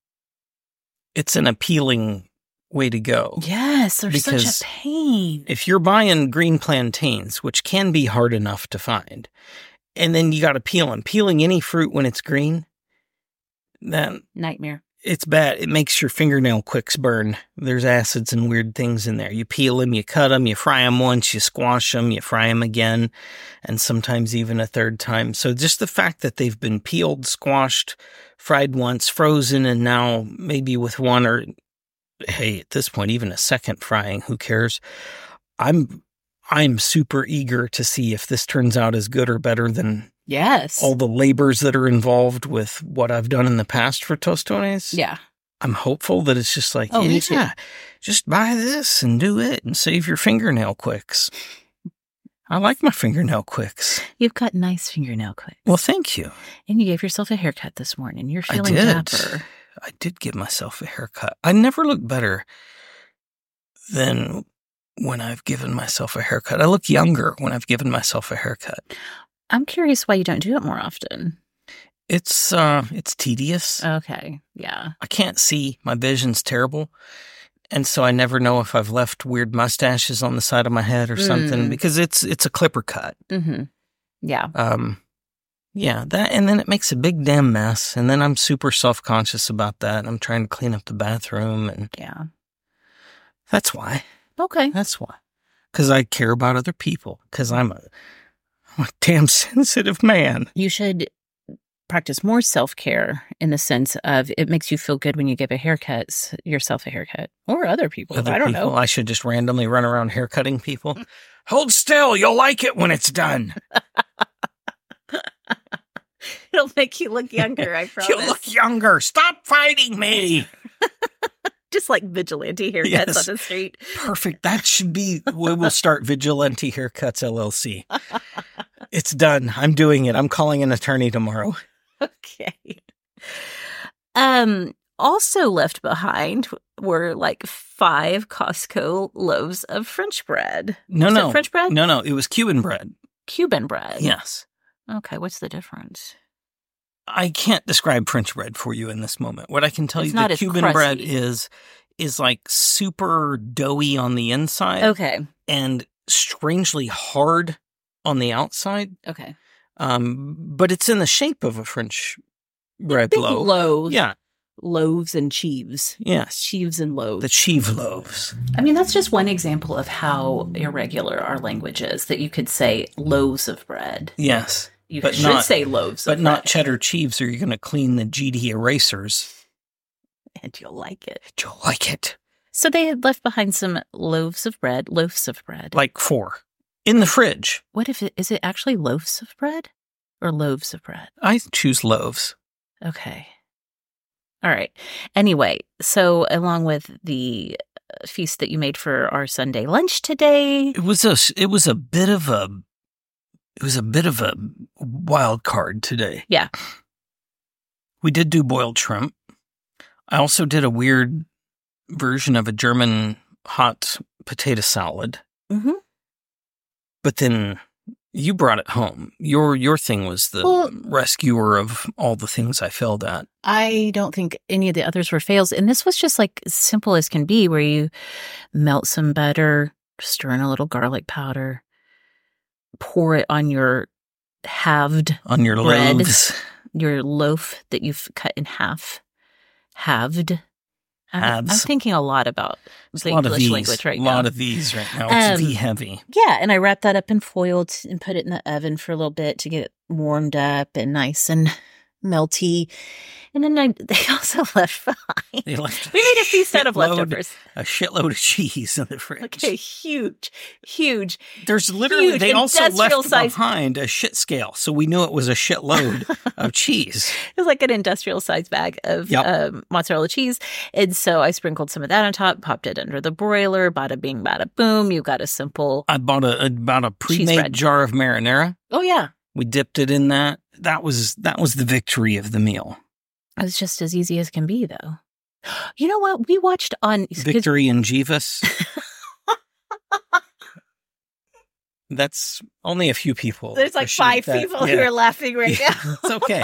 it's an appealing way to go. Yes, they're Because- such a pain. If you're buying green plantains, which can be hard enough to find, and then you got to peel them, peeling any fruit when it's green, then Nightmare. it's bad. It makes your fingernail quicks burn. There's acids and weird things in there. You peel them, you cut them, you fry them once, you squash them, you fry them again, and sometimes even a third time. So just the fact that they've been peeled, squashed, fried once, frozen, and now maybe with one or hey, at this point, even a second frying, who cares? I'm I'm super eager to see if this turns out as good or better than Yes. all the labors that are involved with what I've done in the past for tostones. yeah. I'm hopeful that it's just like, Oh, me too. yeah, just buy this and do it and save your fingernail quicks. I like my fingernail quicks. You've got nice fingernail clips. Well, thank you. and you gave yourself a haircut this morning. You're feeling I did. dapper. I did give myself a haircut. I never look better than when I've given myself a haircut. I look younger when I've given myself a haircut. I'm curious why you don't do it more often. It's uh, it's tedious. Oh. Okay. Yeah. I can't see. My vision's terrible. And so I never know if I've left weird mustaches on the side of my head or something Mm. because it's it's a clipper cut. Mm-hmm. Yeah. Um yeah, that and then it makes a big damn mess and then I'm super self-conscious about that. I'm trying to clean up the bathroom and Yeah. that's why. Okay. That's why. Cuz I care about other people cuz I'm a I'm a damn sensitive man. You should practice more self care in the sense of it makes you feel good when you give a haircut, s- yourself a haircut or other people. Other I don't people, know. I should just randomly run around haircutting people. Hold still, you'll like it when it's done. It'll make you look younger, I You look younger. Stop fighting me. Just like vigilante haircuts Yes. on the street. Perfect. That should be. We will start Vigilante Haircuts LLC. It's done. I'm doing it. I'm calling an attorney tomorrow. Oh, Okay. Um, also left behind were like five Costco loaves of French bread. No, Is it no. French bread? No, no. It was Cuban bread. Cuban bread. Yes. Okay, what's the difference? I can't describe French bread for you in this moment. What I can tell It's you not that as Cuban crusty. bread is is like super doughy on the inside Okay. and strangely hard on the outside. Okay. Um, but it's in the shape of a French bread Big loaf. loaves. Yeah. Loaves and cheeves. Yes. Sheaves and loaves. The sheave loaves. I mean, that's just one example of how irregular our language is that you could say loaves of bread. Yes. You But should not- say loaves But of not bread. cheddar cheeves, or you're going to clean the GD erasers. And you'll like it. You'll like it. So they had left behind some loaves of bread, loaves of bread. Like four. In the fridge. What if it is it actually loaves of bread or loaves of bread? I choose loaves. Okay. All right. Anyway, so along with the uh, feast that you made for our Sunday lunch today, It was a, it was a bit of a, it was a bit of a wild card today. Yeah. We did do boiled shrimp. I also did a weird version of a German hot potato salad. mm-hmm. But then you brought it home. Your your thing was the Well- rescuer of all the things I failed at. I don't think any of the others were fails. And this was just like as simple as can be, where you melt some butter, stir in a little garlic powder, pour it on your halved on your Bread. loaves. your loaf that you've cut in half, halved. I'm- I'm, Halves. thinking a lot about It's the a lot of English these. language right a lot now. of these right now. It's Um, V heavy. yeah, and I wrapped that up in foil t- and put it in the oven for a little bit to get it warmed up and nice and melty. And then I, they also left behind. They left we made a feast out of shitload- leftovers. A shitload of cheese in the fridge. Like a huge, huge. There's literally huge they also left industrial-sized- behind a shit scale, so we knew it was a shitload of cheese. It was like an industrial sized bag of Yep. um, mozzarella cheese. And so I sprinkled some of that on top, popped it under the broiler, bada bing, bada boom. You got a simple. I bought a about a pre-made bread. jar of marinara. Oh, yeah. We dipped it in that. That was that was the victory of the meal. It was just as easy as can be, though. You know what? We watched on. 'cause- Victory in Jeeves. That's only a few people. There's like appreciate five that. people who Yeah. are laughing right Yeah, now. it's okay.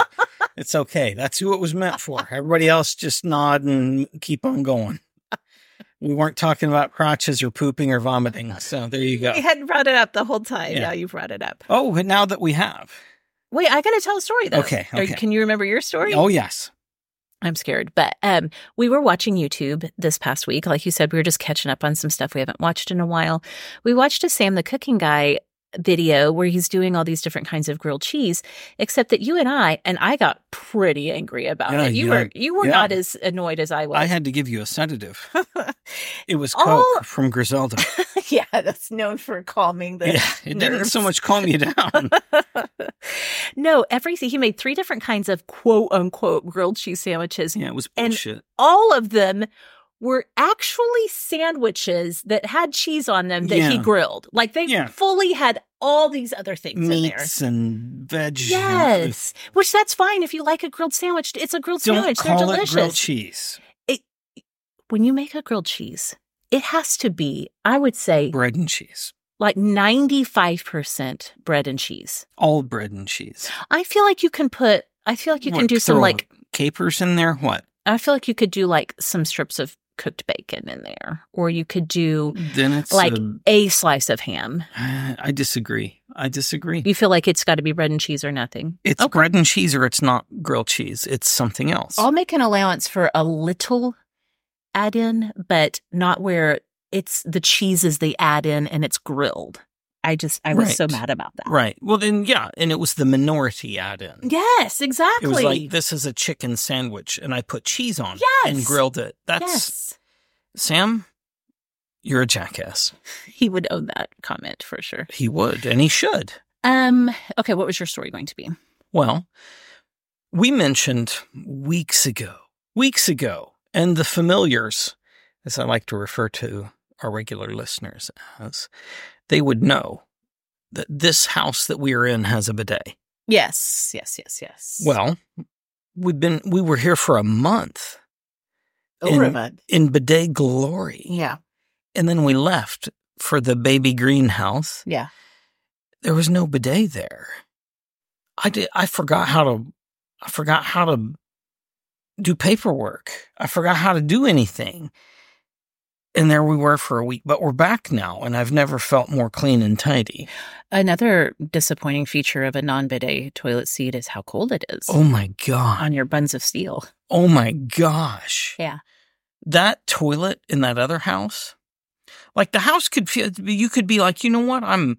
It's okay. That's who it was meant for. Everybody else just nod and keep on going. We weren't talking about crotches or pooping or vomiting. So there you go. We hadn't brought it up the whole time. Yeah. Now you brought it up. Oh, and now that we have. Wait, I gotta tell a story though. Okay, Are- okay. can you remember your story? Oh, yes. I'm scared. But um, we were watching YouTube this past week. Like you said, we were just catching up on some stuff we haven't watched in a while. We watched a Sam the Cooking Guy video where he's doing all these different kinds of grilled cheese, except that you and I, and I got pretty angry about Yeah, it. You you were are- you were yeah. not as annoyed as I was. I had to give you a sedative. It was All- Coke from Griselda. yeah, that's known for calming the yeah, it didn't so nerves. much calm you down. no, every he made three different kinds of quote unquote grilled cheese sandwiches. yeah, it was And- bullshit. all of them were actually sandwiches that had cheese on them that he Yeah. grilled. Like they Yeah. fully had all these other things in there. Meats and veg. Yes, which that's fine if you like a grilled sandwich. It's a grilled Don't sandwich. call They're it grilled delicious. cheese. when you make a grilled cheese, it has to be, I would say, Bread and cheese. like 95% bread and cheese. All bread and cheese. I feel like you can put, I feel like you can What, do some throw like, capers in there. What? I feel like you could do like some strips of cooked bacon in there, or you could do Then it's like a- a slice of ham. I disagree. I disagree. You feel like it's got to be bread and cheese or nothing. it's bread and cheese, or it's not grilled cheese. It's something else. I'll make an allowance for a little add in, but not where it's the cheese is the add in and it's grilled. I just, I was so Right. mad about that. right. Well, then, yeah, and it was the minority add-in. Yes, exactly. It was like this is a chicken sandwich, and I put cheese on it and Yes. grilled it. That's yes. Sam. You're a jackass. He would own that comment for sure. He would, and he should. Um, okay, what was your story going to be? Well, we mentioned weeks ago, weeks ago, and the familiars, as I like to refer to our regular listeners as, they would know that this house that we are in has a bidet. Yes, yes, yes, yes. Well, we've been we were here for a month in- month. in bidet glory, Yeah, and then we left for the baby greenhouse. yeah. There was no bidet there. I did. I forgot how to. I forgot how to do paperwork. I forgot how to do anything. And there we were for a week, but we're back now, and I've never felt more clean and tidy. Another disappointing feature of a non bidet toilet seat is how cold it is Oh my god! on your buns of steel. Oh my gosh! Yeah. that toilet in that other house, like the house could feel, you could be like, you know what? I'm,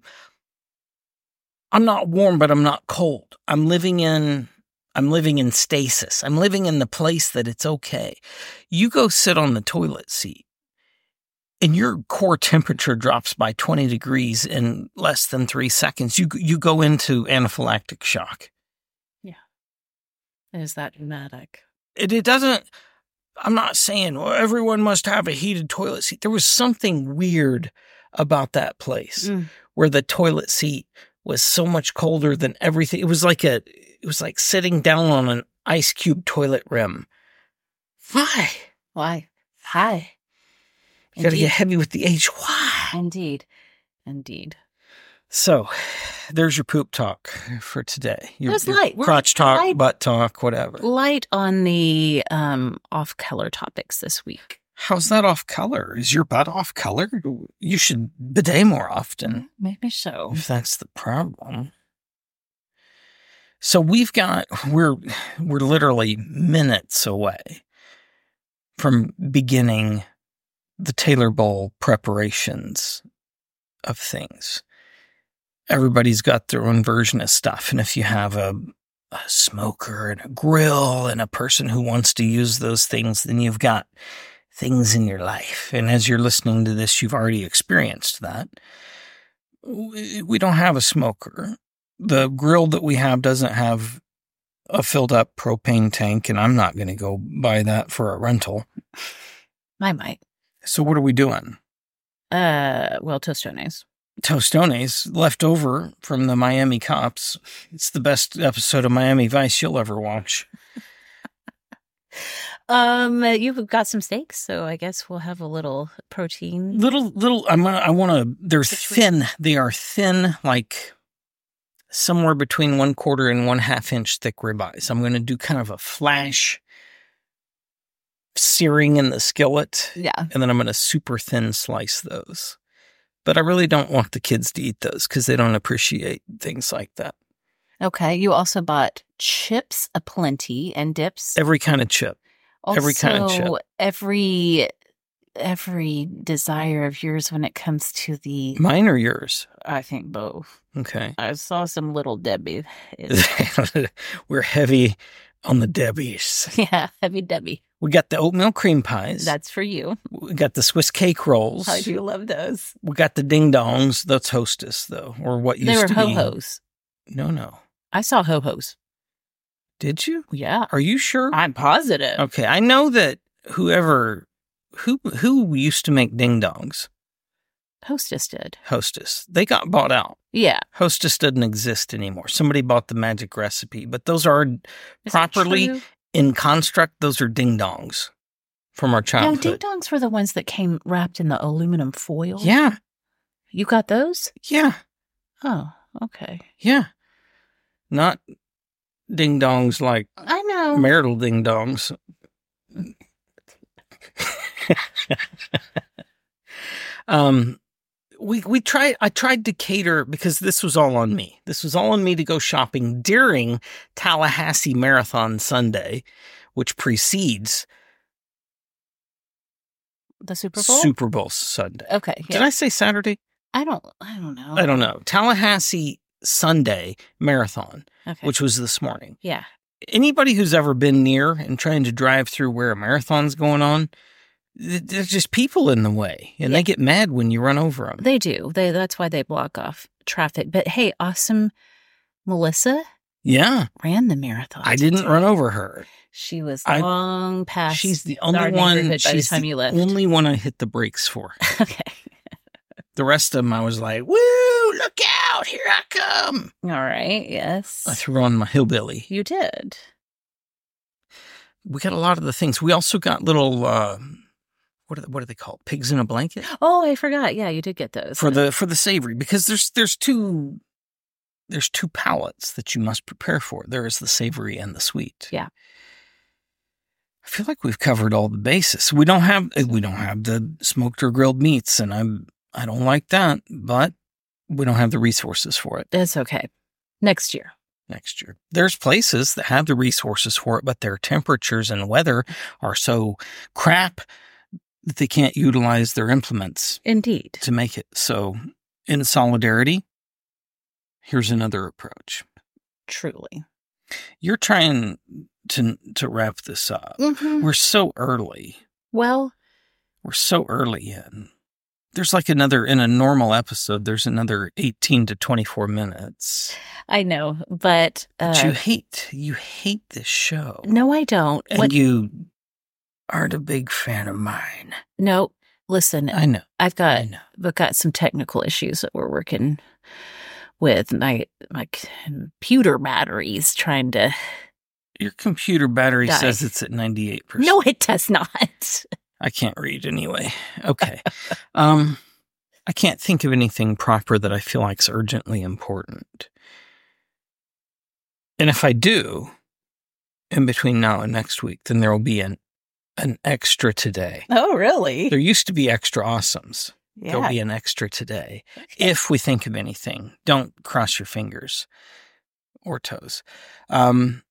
I'm not warm, but I'm not cold. I'm living in, I'm living in stasis. I'm living in the place that it's okay. You go sit on the toilet seat and your core temperature drops by 20 degrees in less than three seconds. You, you go into anaphylactic shock. Is that dramatic? it, it doesn't i'm not saying well, everyone must have a heated toilet seat there was something weird about that place Mm. where the toilet seat was so much colder than everything it was like a it was like sitting down on an ice cube toilet rim why Why? Hi. you gotta Indeed. get heavy with the h why Indeed. Indeed. so there's your poop talk for today your, It was your light. We're crotch talk light. butt talk whatever Light on the um, off color topics this week. how's that off color is your butt off color you should bidet more often Maybe so. if that's the problem. So we've got we're we're literally minutes away from beginning the Taylor Bowl preparations of things. Everybody's got their own version of stuff, and if you have a a smoker and a grill and a person who wants to use those things, then you've got things in your life. And as you're listening to this, you've already experienced that we we don't have a smoker. The grill that we have doesn't have a filled up propane tank, and I'm not going to go buy that for a rental. I might. So, what are we doing? Uh, well, tostones. Tostones left over from the Miami Cops. It's the best episode of Miami Vice you'll ever watch. Um, you've got some steaks, so I guess we'll have a little protein. Little, little, I'm gonna, I want to, they're Situation. thin. They are thin, like somewhere between one quarter and one half inch thick ribeyes. I'm going to do kind of a flash searing in the skillet. Yeah. And then I'm going to super thin slice those. But I really don't want the kids to eat those because they don't appreciate things like that. Okay. You also bought Chips aplenty and dips. Every kind of chip. also Every kind of chip. every every desire of yours when it comes to the. Mine or yours? I think both. Okay. I saw some little Debbie. We're heavy on the Debbies. yeah, heavy Debbie. We got the oatmeal cream pies. That's for you. we got the Swiss cake rolls. I do love those. We got the ding dongs. That's hostess though, or what used They were to ho be. hos. No, no. I saw ho hos. Did you? Yeah. Are you sure? I'm positive. okay, I know that whoever who who used to make ding dongs, Hostess did. hostess, they got bought out. Yeah. Hostess doesn't exist anymore. Somebody bought the magic recipe, but those are Is that properly true? in construct. Those are ding dongs from our No, ding childhood. dongs were the ones that came wrapped in the aluminum foil. yeah, You got those? yeah, Oh, okay. yeah. Not ding dongs like. I know. marital ding dongs. um, we we tried. I tried to cater because this was all on me. This was all on me to go shopping during Tallahassee Marathon Sunday, which precedes the Super Bowl? Super Bowl Sunday. Okay. Did Yeah. Uh-huh. I say Saturday? I, don't I don't know. I don't know. Tallahassee Sunday Marathon, Okay. which was this morning. yeah. anybody who's ever been near and trying to drive through where a marathon's going on, th- there's just people in the way, and Yeah. they get mad when you run over them. They do. They that's why they block off traffic. But hey, awesome Melissa yeah, ran the marathon. I didn't run over her. She was I- long past. She's the our only neighborhood one. By the She's time the you left. only one I hit the brakes for. okay. The rest of them, I was like, "Woo! Look out! Here I come!" All right. I Yes. threw on my hillbilly. You did. We got a lot of the things. We also got little. Uh, what are, what are they called? Pigs in a blanket Oh, I forgot. Yeah, you did get those for the for the savory because there's there's two there's two palates that you must prepare for. There is the savory and the sweet. Yeah. I feel like we've covered all the bases. We don't have eh, we don't have the smoked or grilled meats, and I'm I don't like that, but we don't have the resources for it That's okay. Next year. next year. There's places that have the resources for it, but their temperatures and weather are so crap that they can't utilize their implements Indeed. to make it. So, in solidarity, here's another approach. Truly. You're trying to to wrap this up. Mm-hmm. We're so early. Well, We're so early in. There's like another in a normal episode. There's another 18 to 24 minutes. I know, but, uh, But you hate you hate this show, no, I don't. and What? you aren't a big fan of mine. no, listen. I know. I I've got know. but got some technical issues that we're working with my my computer batteries trying to Your computer battery Die. says it's at 98%. No it does not. I can't read anyway. Okay. um, I can't think of anything proper that I feel like's urgently important. And if I do, in between now and next week, then there will be an an extra today. Oh really? There used to be extra awesomes. There'll be an extra today if we think of anything. Don't cross your fingers or toes. Um,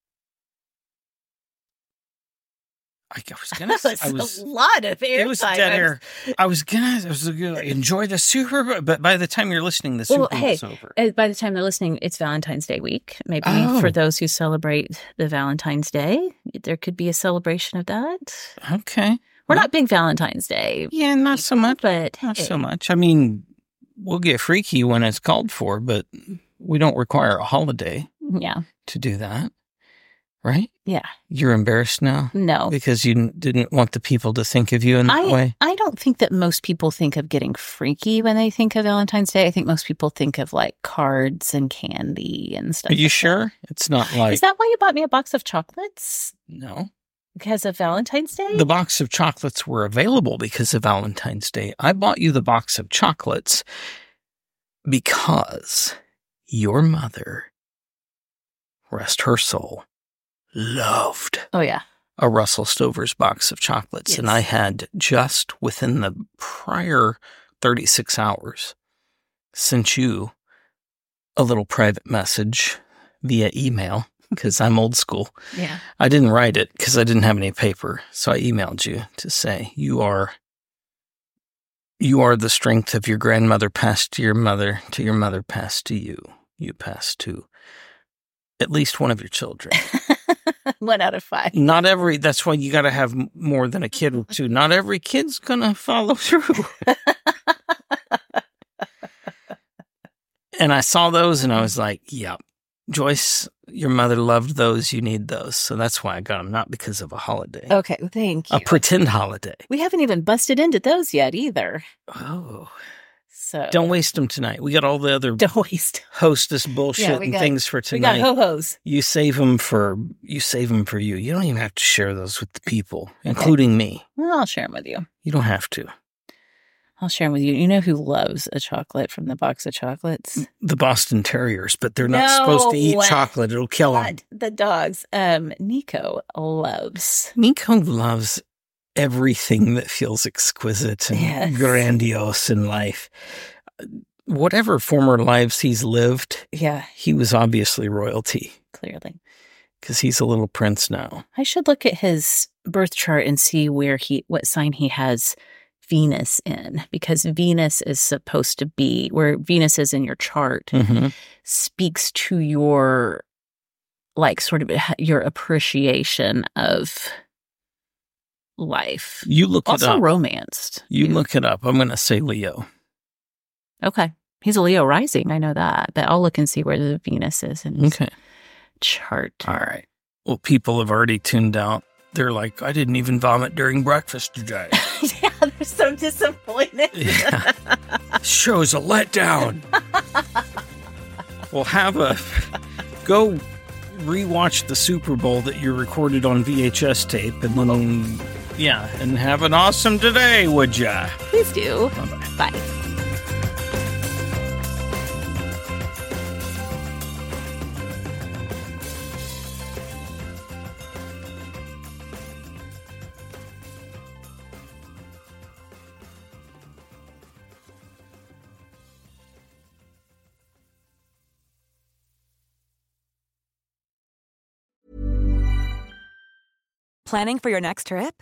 I was gonna. That was, I was, a lot of air. it was dead air. I was gonna, I was gonna enjoy the Super Bowl, but by the time you're listening, the Super Well, Bowl's hey, over. Uh, By the time they're listening, it's Valentine's Day week. Maybe Oh. for those who celebrate the Valentine's Day, there could be a celebration of that. okay. We're not big Valentine's Day, Yeah, not so much. but Not so hey, much. I mean, we'll get freaky when it's called for, but we don't require a holiday yeah, to do that, right? yeah, You're embarrassed now no. because you n- didn't want the people to think of you in that I, way. I don't think that most people think of getting freaky when they think of Valentine's Day. I think most people think of like cards and candy and stuff. Are you like sure it's not That. like Is that why you bought me a box of chocolates no? because of Valentine's Day? The box of chocolates were available because of Valentine's Day. I bought you the box of chocolates because your mother, rest her soul, loved oh yeah, a Russell Stover's box of chocolates, and Yes. I had just within the prior 36 hours sent you a little private message via email because I'm old school. Yeah. I didn't write it because I didn't have any paper, so I emailed you to say you are you are the strength of your grandmother passed to your mother, to your mother passed to you, you passed to at least one of your children. One out of five. Not every. That's why you got to have m- more than a kid or two. Not every kid's gonna follow through. and I saw those, and I was like, "Yep, Joyce, your mother loved those. You need those." So that's why I got them, not because of a holiday, Okay, well, thank you. a pretend holiday. we haven't even busted into those yet either. Oh, So don't waste them tonight. We got all the other don't waste. hostess bullshit we and got- things for We got tonight. ho hos. you save them for you save them for you. You don't even have to share those with the people, including me. Well, I'll share them with you. You don't have to. I'll share them with you. You know who loves a chocolate from the box of chocolates? the Boston Terriers, but they're not supposed to eat No. chocolate. It'll kill them. God, the dogs. Um, Nico loves. Nico loves everything that feels exquisite and Yes. grandiose in life. Whatever former lives he's lived, Yeah, he was obviously royalty clearly. because he's a little prince now. I should look at his birth chart and see where he what sign he has Venus in because Venus is supposed to be where Venus is in your chart Mhm. speaks to your like sort of your appreciation of life. You look it also up. romanced. you too. look it up. I'm going to say Leo. okay. He's a Leo rising, I know that, but I'll look and see where the Venus is in his Okay. chart. All right. Well, people have already tuned out. They're like, I didn't even vomit during breakfast today. yeah, they're so disappointed. Yeah. Show's a letdown. well, have a go rewatch the Super Bowl that you recorded on VHS tape, and then yeah, and have an awesome today, would ya? Please do. Bye. Planning for your next trip?